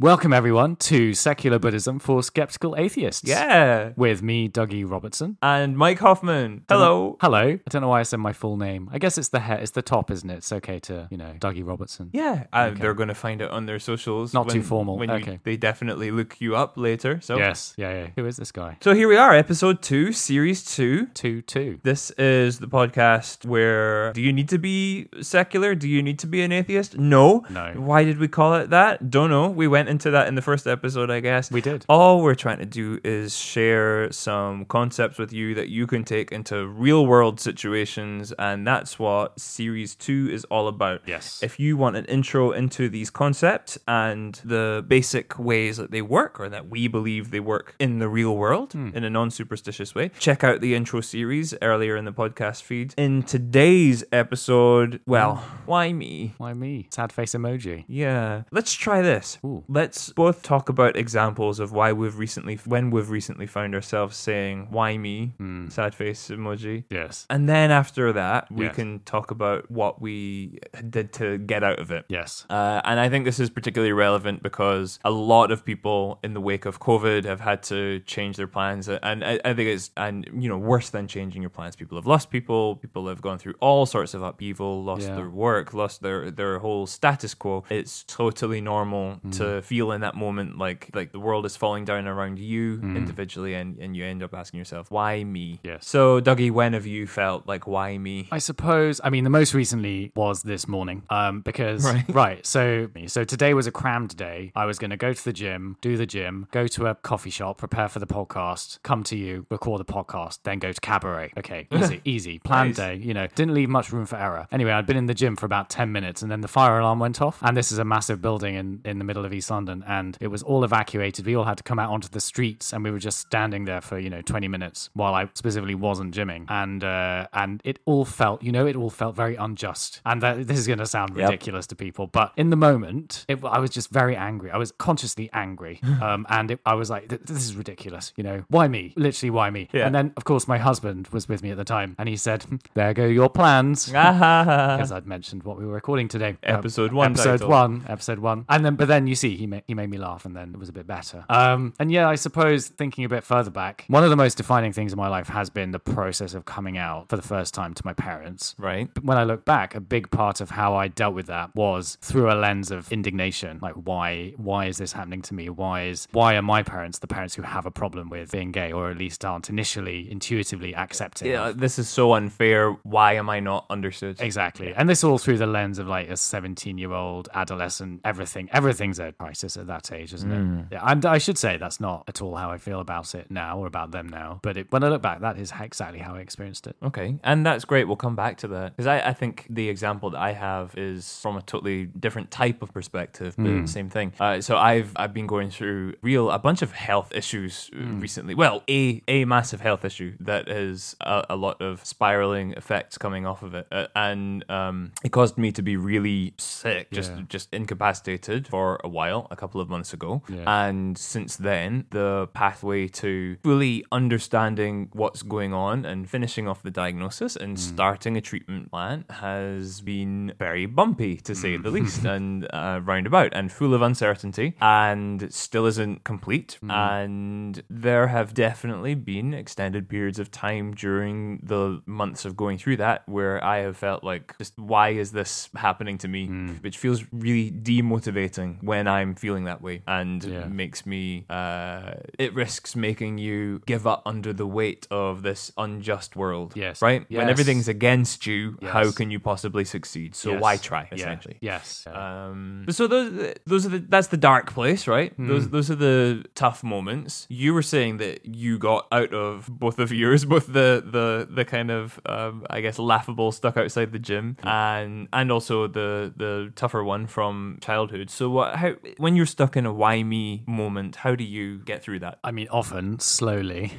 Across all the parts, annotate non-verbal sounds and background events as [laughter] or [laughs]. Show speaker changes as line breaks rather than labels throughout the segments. Welcome, everyone, to Secular Buddhism for Skeptical Atheists.
Yeah.
With me, Dougie Robertson.
And Mike Hoffman. Hello.
Hello. I don't know why I said my full name. I guess it's the he- it's the top, isn't it? It's okay to, you know, Dougie Robertson.
Yeah. Uh, They're going to find it on their socials.
Not too formal.
When
Okay.
You, they definitely look you up later. So.
Yes. Yeah, yeah. Who is this guy?
So here we are, episode two, series two.
Two two.
This is the podcast where do you need to be secular? Do you need to be an atheist? No.
No.
Why did we call it that? Don't know. We went into that in the first episode, I guess.
We did.
All we're trying to do is share some concepts with you that you can take into real world situations, and that's what series two is all about.
Yes.
If you want an intro into these concepts and the basic ways that they work, or that we believe they work in the real world
Hmm.
in a non superstitious way, check out the intro series earlier in the podcast feed. In today's episode, well,
Hmm.
why me?
Why me? Sad face emoji.
Yeah. Let's try this.
Ooh.
Let's both talk about examples of why we've recently when we've recently found ourselves saying why me?
Hmm.
Sad face emoji.
Yes.
And then after that, we
Yes.
can talk about what we did to get out of it.
Yes.
Uh, and I think this is particularly relevant because a lot of people in the wake of COVID have had to change their plans, and I, I think it's and you know worse than changing your plans. People have lost people. People have gone through all sorts of upheaval, lost
Yeah.
their work, lost their their whole status quo. It's totally normal
Mm.
to feel in that moment like like the world is falling down around you individually, and and you end up asking yourself, why me?
Mm. Yes.
So Dougie, when have you felt like why me?
I suppose. I mean, the most recently was this morning, um, because
Right.
[laughs] right. So, so today was a crammed day. I was going to go to the gym, do the gym, go to a coffee shop, prepare for the podcast, come to you, record the podcast, then go to cabaret. Okay, easy, easy, planned day. You know, didn't leave much room for error. Anyway, I'd been in the gym for about ten minutes, and then the fire alarm went off. And this is a massive building in in the middle of East London, and it was all evacuated. We all had to come out onto the streets, and we were just standing there for you know twenty minutes while I specifically wasn't gymming, and uh, and it all felt, you know, it all felt very unjust. And that, this is going to sound
Yep.
ridiculous ridiculous to people. But in the moment, it, I was just very angry. I was consciously
[laughs]
angry. Um, and it, I was like, "Th- this is ridiculous. You know, why me? Literally, why me?
Yeah.
And then, of course, my husband was with me at the time and he said, [laughs] there go your plans. Because I'd mentioned what we were recording today. Um,
Ah. Episode one
Episode
title.
one. Episode one. And then, but then you see, he, ma- he made me laugh and then it was a bit better. Um, and yeah, I suppose thinking a bit further back, one of the most defining things in my life has been the process of coming out for the first time to my parents
[laughs] Right.
when I look back, a big part of how I dealt with that was through a lens of indignation. Like, why? Why is this happening to me? Why is? Why are my parents the parents who have a problem with being gay, or at least aren't initially intuitively accepting?
Yeah,
of-
this is so unfair. Why am I not understood?
Exactly, and this all through the lens of like a seventeen-year-old adolescent. Everything, everything's a crisis at that age, isn't it? Yeah, and I should say that's not at all how I feel about it now or about them now. But it, when I look back, that is exactly how I experienced it.
Okay, and that's great. We'll come back to that because I, I think the example that I have is from a totally different type of perspective, but same thing. Uh, so I've I've been going through real a bunch of health issues uh, recently. Well, a a massive health issue that has a, a lot of spiraling effects coming off of it, uh, and um, it caused me to be really sick, just
Yeah.
just incapacitated for a while, a couple of months ago,
Yeah.
and since then, the pathway to fully understanding what's going on and finishing off the diagnosis and starting a treatment plan has been very bumpy, to say the least, and uh, roundabout and full of uncertainty and still isn't complete. And there have definitely been extended periods of time during the months of going through that where I have felt like, just why is this happening to me? Which feels really demotivating when I'm feeling that way. And
Yeah.
makes me uh it risks making you give up under the weight of this unjust world
Yes.
right when
Yes.
everything's against you how
Yes.
can you possibly succeed so
Yes.
why try
Yeah.
essentially
Yes.
um Hmm. so those those are the that's the dark place right those those are the tough moments you were saying that you got out of both of yours [laughs] both the the the kind of um i guess laughable stuck outside the gym and and also the the tougher one from childhood so what how when you're stuck in a why me moment how do you get through that
I mean, often slowly.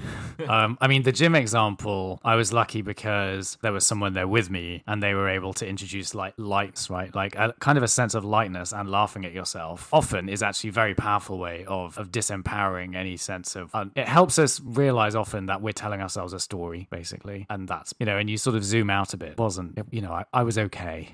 um, I mean, the gym example, I was lucky because there was someone there with me, and they were able to introduce like lights, right? Like a kind of a sense of lightness and laughing at yourself. Often is actually a very powerful way of of disempowering any sense of. Um, it helps us realize often that we're telling ourselves a story, basically, and that's you know, and you sort of zoom out a bit. wasn't you [laughs] know, I, I was okay,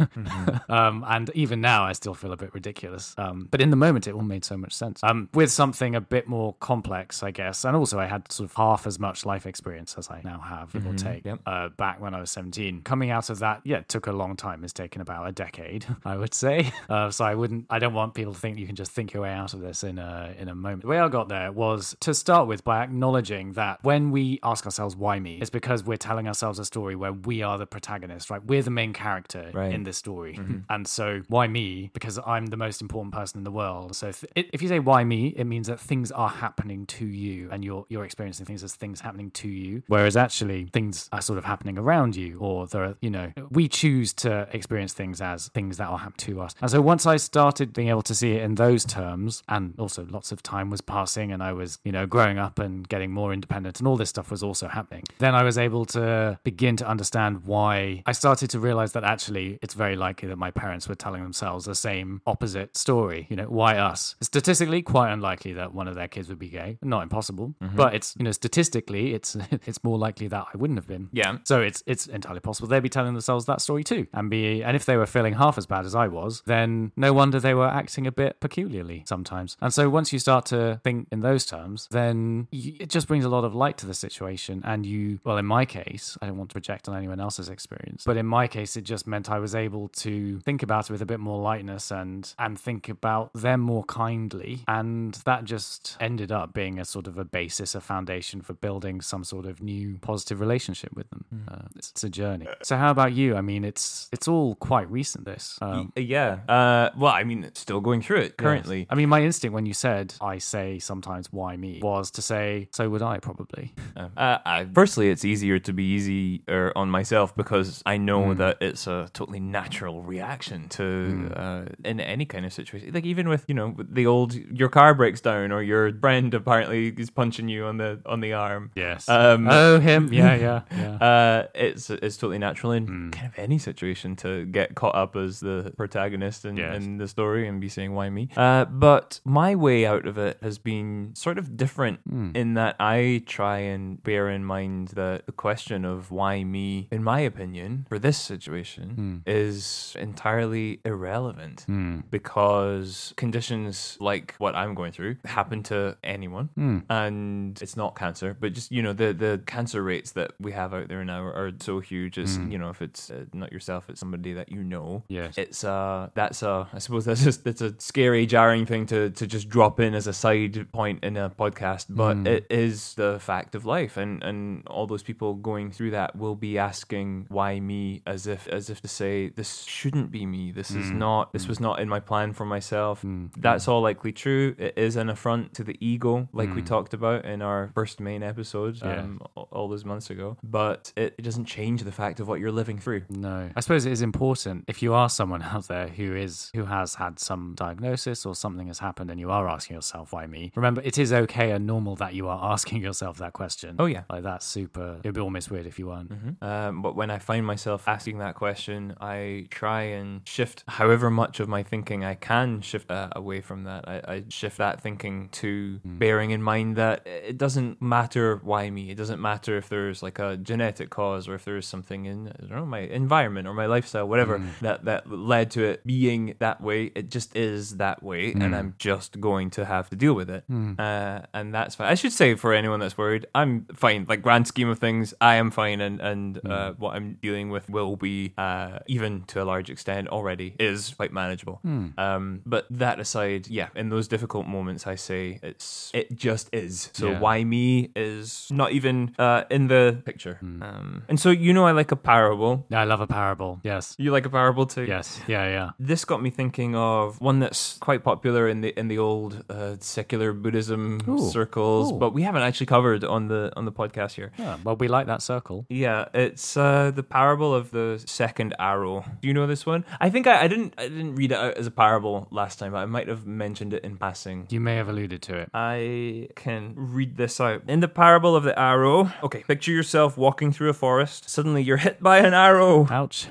um, and even now I still feel a bit ridiculous. Um, but in the moment, it all made so much sense. Um, with something a bit more complex, I guess, and also I had sort of half as much life experience as I now have, give or take,
Yep.
uh, back when I was 17. Coming out of that, yeah, it took a long time. It's taken about a decade, [laughs] I would say. Uh, so I wouldn't, I don't want people to think you can just think your way out of this in a, in a moment. The way I got there was to start with by acknowledging that when we ask ourselves, why me, it's because we're telling ourselves a story where we are the protagonist, right? We're the main character
Right.
in this story. [laughs] And so, why me? Because I'm the most important person in the world. So, if, if you say why me, it means that things are happening to you and you're, you're experiencing things as things happening to you. Whereas, actually, things are sort of happening around you, or there are, you know, we choose to experience things as things that are happening to us. And so, once I started being able to see it in those terms, and also lots of time was passing and I was, you know, growing up and getting more independent and all this stuff was also happening, then I was able to begin to understand why I started to realize that actually it's very likely that my parents were telling themselves the same opposite story. You know, why us? Statistically, quite unlikely that one of their kids would be gay. Not impossible, but it's you know statistically, it's [laughs] it's more likely that I wouldn't have been.
Yeah.
Um, So it's it's entirely possible they'd be telling themselves that story too, and be and if they were feeling half as bad as I was, then no wonder they were acting a bit peculiarly sometimes. And so once you start to think in those terms, then y it just brings a lot of light to the situation. And you, well, in my case, I don't want to project on anyone else's experience, but in my case, it just meant I was able to think about it with a bit more lightness and and think about them more kindly, and that just ended up being a sort of a basis, a foundation for building some sort of new positive relationship with them.
Mm.
Uh, it's, it's a journey. So how about you? I mean, it's it's all quite recent. This. Um,
yeah. Uh, well, I mean, still going through it currently.
I mean, my instinct when you said I say sometimes why me was to say so would I probably.
Uh, I, personally, it's easier to be easier on myself because I know that it's a totally natural reaction to uh, in any kind of situation. Like even with you know with the old your car breaks down or your friend apparently is punching you on the on the arm.
[laughs] Yes.
Um,
oh him. Yeah.
[laughs]
Yeah. Yeah.
Uh, it's it's totally natural in kind of any situation to get caught up as the protagonist in,
Yes.
in the story and be saying why me. Uh, but my way out of it has been sort of different in that I try and bear in mind that the question of why me, in my opinion, for this situation, is entirely irrelevant because conditions like what I'm going through happen to anyone, and it's not cancer, but just you know the the cancer rates that we have out there now are, are so huge. It's you know if it's uh, not yourself, it's somebody that you know.
Yes.
it's uh that's a I suppose that's just that's a scary, jarring thing to to just drop in as a side point in a podcast, but it is the fact of life, and and all those people going through that will be asking why me, as if as if to say this shouldn't be me. This is not. This was not in my plan for myself. That's all likely true. It is an affront to the ego, like we talked about in our first main episode
Yeah.
um, all- all those months ago. But it, it doesn't change the fact of what you're living through.
No. I suppose it is important if you are someone [laughs] out there who is who has had some diagnosis or something has happened and you are asking yourself why me. Remember it is okay and normal that you are [laughs] asking yourself that question.
Oh, yeah.
Like that's super it'd be almost weird if you weren't.
Um, but when I find myself asking that question, I try and shift however much of my thinking I can shift uh, away from that. I, I shift that thinking to bearing in mind that it doesn't matter why me. It doesn't matter if there's like a genetic cause or if there's something in I don't know, my environment or my lifestyle, whatever that that led to it being that way. It just is that way, and
Mm.
I'm just going to have to deal with it.
Hmm.
Uh, and that's fine. I should say for anyone that's worried, I'm fine. Like grand scheme of things, I am fine, and and uh,
Hmm.
what I'm dealing with will be uh, even to a large extent already is quite manageable.
Hmm.
Um, but that aside, yeah, in those difficult moments, I say it's it just is. So
Yeah.
why me is not even uh, in the picture.
Hmm.
Um, and so you know, I like a parable.
Yeah, I love a parable. Yes.
You like a parable too.
Yes. Yeah, yeah.
This got me thinking of one that's quite popular in the in the old uh, secular Buddhism
Ooh.
circles,
Ooh.
but we haven't actually covered on the on the podcast here.
Yeah, well we like that circle.
Yeah, it's uh, the parable of the second arrow. Do you know this one? I think I, I didn't I didn't read it out as a parable last time. I might have mentioned it in passing.
You may have alluded to it.
I can read this out. In the parable of the arrow, okay, picture yourself walking through a forest. Suddenly you're hit by an arrow.
Ouch.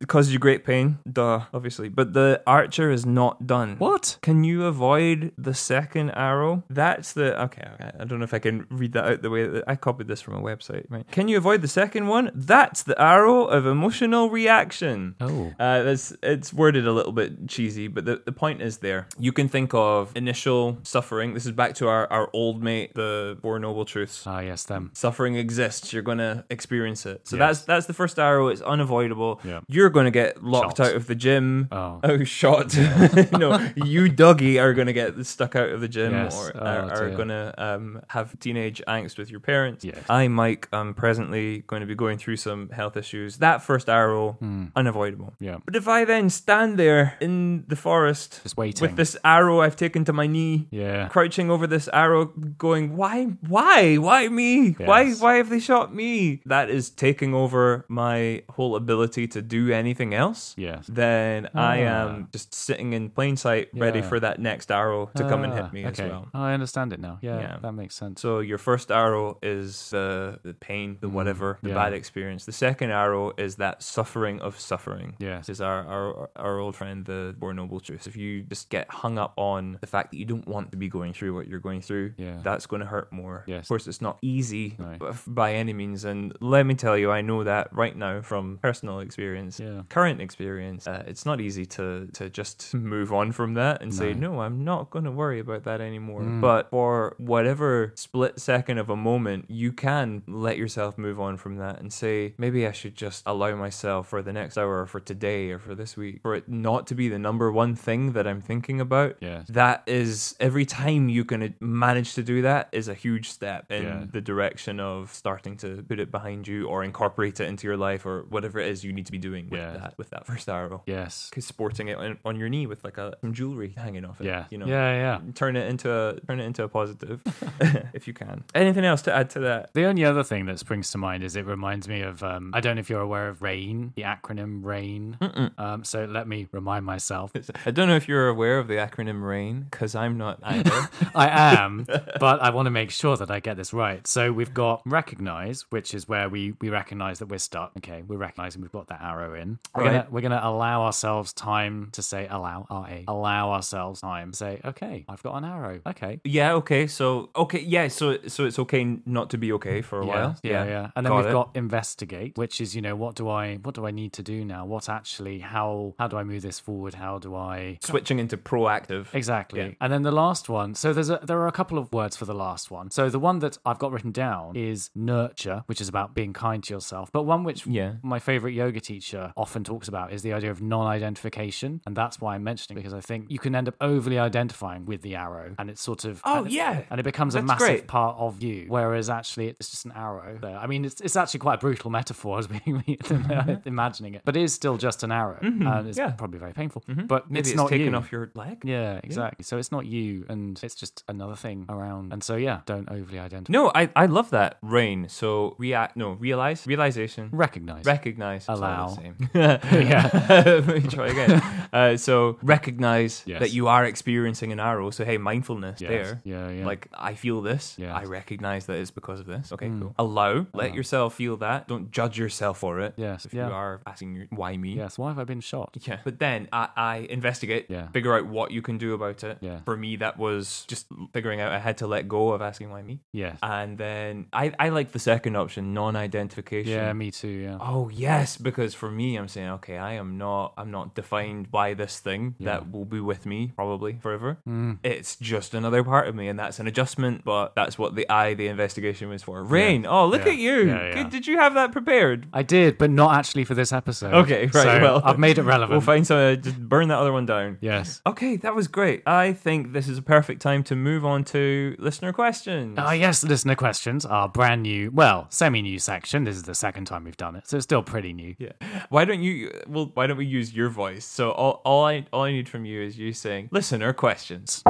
It causes you great pain. Duh, obviously. But the archer is not done.
What?
Can you avoid the second arrow? That's the okay. okay. I don't know if I can read that out the way that I copied this from a website. Right? Can you avoid the second one? That's the arrow of emotional reaction.
Oh.
Uh, that's it's worded a little bit cheesy, but the, the point is there. You can think of initial suffering. This is back to our, our old mate, the Four Noble Truths.
Ah, yes, them.
Suffering exists. You're gonna experience it. So
Yes.
that's that's the first arrow. It's unavoidable.
Yeah.
You're gonna get locked
Shot.
out of the gym. [laughs]
Oh.
shot! no, you Dougie are gonna get stuck out of the gym,
Yes.
or
Oh,
are, are
dear.
gonna um, have teenage angst with your parents.
Yes.
I, Mike, am presently going to be going through some health issues. That first arrow,
Hmm.
unavoidable.
Yeah.
But if I then stand there in the forest,
Just waiting.
with this arrow I've taken to my knee,
Yeah.
crouching over this arrow, going, why, why, why me? Why,
Yes.
why have they shot me? That is taking over my whole ability to do anything else.
Yes.
Then I am just sitting in plain sight, ready
Yeah.
for that next arrow to come and
Ah,
hit me
okay.
as well.
I understand it now. Yeah,
Yeah.
that makes sense.
So your first arrow is the, the pain, the whatever, the
Mm, yeah.
bad experience. The second arrow is that suffering of suffering.
Yes.
Is our, our our old friend the more noble truth. If you just get hung up on the fact that you don't want to be going through what you're going through,
Yeah.
that's going to hurt more.
Yes.
Of course, it's not easy
No.
b- by any means. And let me tell you, I know that right now from personal experience,
Yeah. Hmm.
current experience, uh, it's not easy to to just move on from that and say no, I'm not going to worry about that anymore.
Hmm.
But for whatever split second of a moment, you can let yourself move on from that and say maybe I should just allow myself for the next hour, or for today, or for this week, for it not to be the number one thing that I'm thinking about.
Yes.
That is every time you can manage to do that is a huge step in
Yeah.
the direction of starting to put it behind you or incorporate it into your life or whatever it is you need to be doing with
Yeah.
that with that first arrow.
yes.
'Cause sporting it on, on your knee with like a some jewelry hanging off it.
Yeah.
You know.
Yeah, yeah.
Turn it into a turn it into a
[laughs]
positive [laughs] if you can. Anything else to add to that?
The only other thing that springs to mind is it reminds me of um, I don't know if you're aware of RAIN, the acronym RAIN. Um, so let me remind
[laughs]
myself.
I don't know if you're aware of the acronym RAIN because I'm
[laughs]
not either.
I am, but I want to make sure that I get this right. So we've got recognize, which is where we we recognize that we're stuck. Okay, we're recognizing we've got that arrow in. We're gonna
Right.
we're gonna allow ourselves time to say allow R A allow ourselves time to say okay I've got an arrow okay
yeah. Okay. So okay. Yeah. So so it's okay not to be okay for a while.
Yeah, yeah, And then
Got
we've
it.
got investigate, which is you know what do I what do I need to do now? What actually how how do I move this forward? How do I
switching into proactive.
Exactly.
Yeah.
And then the last one. So there's a, there are a couple of words for the last one. So the one that I've got written down is nurture, which is about being kind to yourself. But one which
Yeah.
my favorite yoga teacher often talks about is the idea of non-identification, and that's why I'm mentioning it, because I think you can end up overly identifying with the arrow, and it's sort of
Oh,
and it-
yeah.
and it becomes a
That's
massive
great.
part of you, whereas actually it's just an arrow. There. I mean, it's it's actually quite a brutal [laughs] metaphor as being [laughs] imagining it, but it is still just an arrow, and it's
Mm-hmm. Yeah. Mm-hmm.
probably very painful. But
Maybe it's,
not
taken
you.
off your leg.
Yeah, exactly. So it's not you, and it's just another thing around. And so yeah, don't overly identify.
No, I, I love that rain. So react. No, realize realization.
Recognize.
recognize. It's all the
Allow.
same. [laughs]
yeah. [laughs]
Let me try again. Uh, so recognize
Yes.
that you are experiencing an arrow. So hey, mindfulness
Yes.
there.
Yeah, yeah.
Like I feel this.
Yes. Hmm.
I recognize that it's because of this. Okay, cool. Allow. Let yourself feel that. Don't judge yourself for it.
Yes,
If
yeah.
you are asking your, why me.
Yes. Why have I been shot?
Yeah. But then I, I investigate,
Yeah.
figure out what you can do about it.
Yeah.
For me, that was just figuring out I had to let go of asking why me.
Yes.
And then I, I like the second option, non identification.
Yeah. Me too. Yeah.
Oh yes, because for me I'm saying, okay, I am not I'm not defined by this thing that will be with me probably forever.
Mm.
It's just another part of me and that's an adjustment, but that's what the eye, the investigation was for. Rain, oh look
Yeah.
at you.
Yeah, yeah.
Good- Did you have that prepared?
I did, but not actually for this episode.
Okay, right,
So
well,
I've made it relevant.
[laughs] We'll find some uh, just burn that other one down.
yes.
Okay, that was great. I think this is a perfect time to move on to listener questions.
Ah, yes, listener questions are brand new, well, semi new section. This is the second time we've done it, so it's still pretty new.
yeah. Why don't you? Well, why don't we use your voice? So all, all I all I need from you is you saying listener questions. [laughs]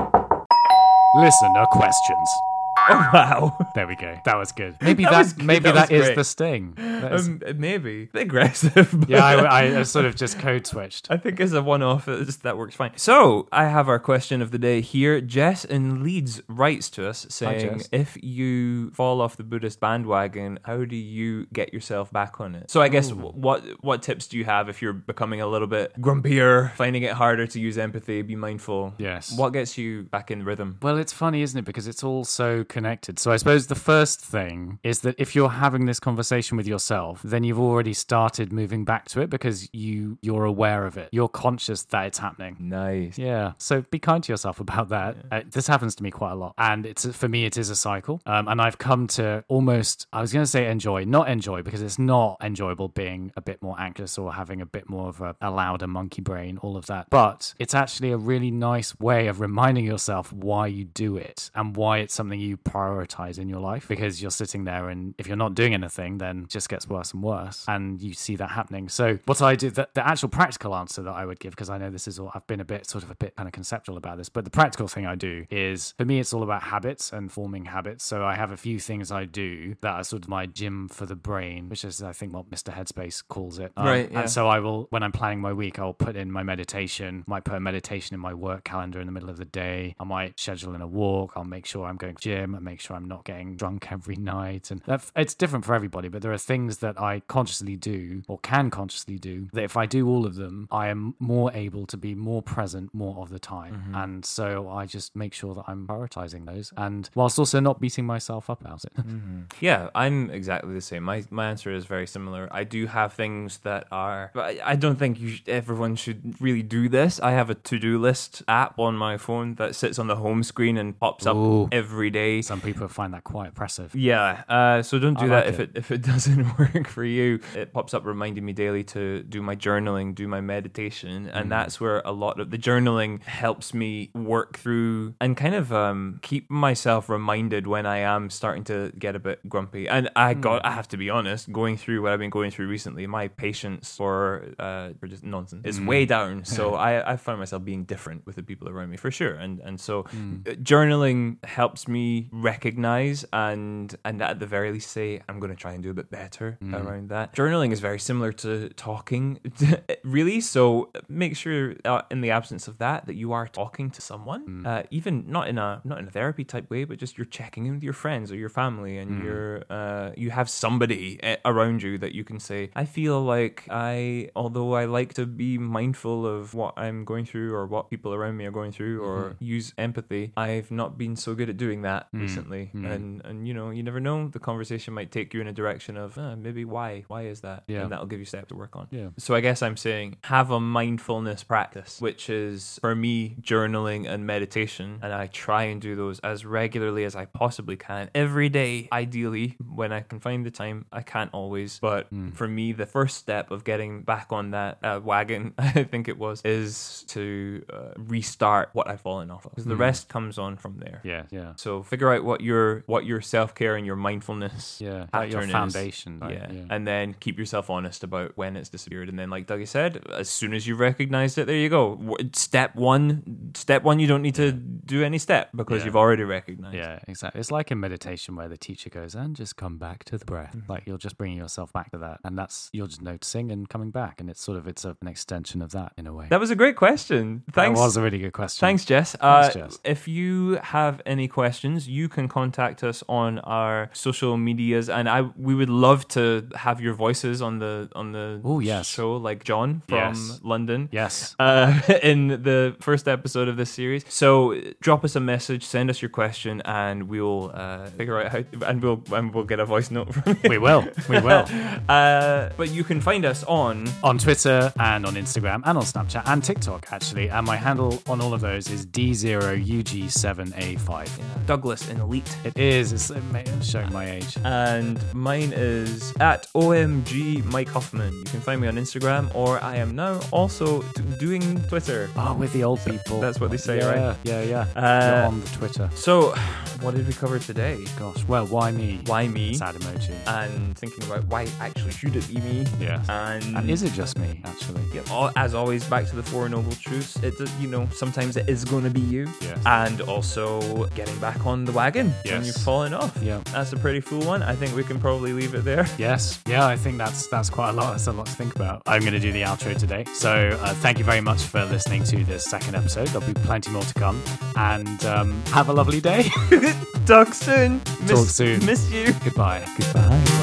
Listener questions.
Oh wow.
There we go. That was
[laughs]
good. Maybe
That
that,
was good.
maybe
That was
that is
great.
the sting. That is-
Um, maybe Bit aggressive. [laughs]
[laughs]
But
yeah, I, I sort of just code switched.
I think as a one-off, it's just, that works fine. So I have our question of the day here. Jess in Leeds writes to us saying,
Jess.
"If you fall off the Buddhist bandwagon, how do you get yourself back on it?" So I guess w- what what tips do you have if you're becoming a little bit grumpier, finding it harder to use empathy, be mindful?
Yes.
What gets you back in rhythm?
Well, it's funny, isn't it? Because it's all so connected. So I suppose the first thing is that if you're having this conversation with yourself, then you've already started moving back to it because you you're aware of it. You're conscious that it's happening.
Nice.
Yeah. So be kind to yourself about that. Uh, this happens to me quite a lot, and it's for me it is a cycle. Um, and I've come to almost I was going to say enjoy, not enjoy because it's not enjoyable being a bit more anxious or having a bit more of a, a louder monkey brain, all of that. But it's actually a really nice way of reminding yourself why you do it and why it's something you prioritize in your life because you're sitting there and if you're not doing anything, then it just gets worse and worse. And you see that happening. So, what I do, the, the actual practical answer that I would give, because I know this is all, I've been a bit sort of a bit kind of conceptual about this, but the practical thing I do is for me, it's all about habits and forming habits. So, I have a few things I do that are sort of my gym for the brain, which is, I think, what Mr. Headspace calls it. Um,
Right, yeah.
And so, I will, when I'm planning my week, I'll put in my meditation, might put a meditation in my work calendar in the middle of the day. I might schedule in a walk. I'll make sure I'm going to gym and make sure I'm not getting drunk [laughs] every night. And that, it's different for everybody, but there are things that I consciously do or can consciously do that if I do all of them, I am more able to be more present more of the time. And so I just make sure that I'm prioritizing those and whilst also not beating myself up about it.
Yeah, I'm exactly the same. My my answer is very similar. I do have things that are. but I, I don't think you sh- everyone should really do this. I have a to do list app on my phone that sits on the home screen and pops up
Ooh.
every day.
[laughs] Some people find that quite oppressive.
Yeah, uh, so don't do
I
that
like
if it. if it [laughs] doesn't work for you. It pops up reminding me daily to do my journaling, do my meditation,
Mm.
and that's where a lot of the journaling helps me work through and kind of um, keep myself reminded when I am starting to get a bit grumpy. And
Hmm.
I got, I have to be honest, going through what I've been going through recently, my patience for uh, for just nonsense is
Hmm.
way down.
[laughs]
So I I find myself being different with the people around me for sure, and and so
Hmm.
uh, journaling helps me recognize and and at the very least say I'm going to try and do a bit better around that. Mm-hmm. Journaling is very similar to talking, [laughs] really. So make sure uh, in the absence of that that you are talking to someone, uh, even not in a not in a therapy type way, but just you're checking in with your friends or your family, and you're uh, you have somebody eh, around you that you can say I feel like I although I like to be mindful of what I'm going through or what people around me are going through or use empathy, I've not been so good at doing that recently, and and you know you never know the conversation might take you in a direction of "Ah, maybe why why is that
Yeah.
and that'll give you steps to work on
Yeah.
so I guess I'm saying have a mindfulness practice, which is for me journaling and meditation. And I try and do those as regularly as I possibly can every day, ideally, when I can find the time. I can't always, but for me, the first step of getting back on that uh, wagon, [laughs] I think it was, is to uh, restart what I've fallen off of. Because the rest comes on from there.
Yeah. Yeah.
So figure out what your what your self care and your mindfulness
Yeah. Like your
pattern is.
foundation. right?
Yeah. and then keep yourself honest about when it's disappeared. And then, like Dougie said, as soon as you recognized it, there you go. W- Step one, step one, you don't need to do any step because
Yeah.
you've already recognized.
Yeah, exactly. It's like in meditation where the teacher goes, and just come back to the breath. Like you're just bringing yourself back to that. And that's, you're just noticing and coming back. And it's sort of, it's a, an extension of that in a way.
That was a great question. Thanks.
That was a really good question.
Thanks, Jess. Uh,
Jess.
If you have any questions, you can contact us on our social medias, and I we would love to have your voices on the on the
Ooh, yes.
show, like John from
Yes.
London.
Yes.
uh, [laughs] in the first episode of this series. So uh, drop us a message, send us your question, and we'll uh, figure out how, and we'll and we'll get a voice note [laughs] from you.
We will. We [laughs] will.
[laughs] Uh, but you can find us on
on Twitter and on Instagram and on Snapchat and TikTok, actually. And my handle on all of those is D0UG7A5.
Douglas in Elite.
It is. It's it may- it's showing my age.
And mine is at OMG Mike Hoffman. You can find me on Instagram, or I am now also t- doing Twitter.
Oh, with the old people.
That's what they say,
yeah,
right?
Yeah, yeah.
Uh,
You're on the Twitter.
So, what did we cover today?
Gosh. Well, why me?
Why me? Uh,
Sad emoji.
And thinking about why actually should it be me?
Yes.
And,
and is it just me, actually?
um, uh, Yeah, al- as always, back to the Four Noble Truths. It, does- you know, sometimes it is going to be you.
Yes.
And also getting back on the wagon when
Yes.
you've fallen off.
Yeah.
That's a pretty full one. I think we can probably leave it there. [laughs]
Yes. Yeah, I think that's that's quite a lot. That's a lot to think about. I'm going to do the outro today. So uh, thank you very much for listening to this second episode. There'll be plenty more to come. And um, have a lovely day. [laughs]
Duxton, miss,
Talk soon.
miss you.
Goodbye. Goodbye.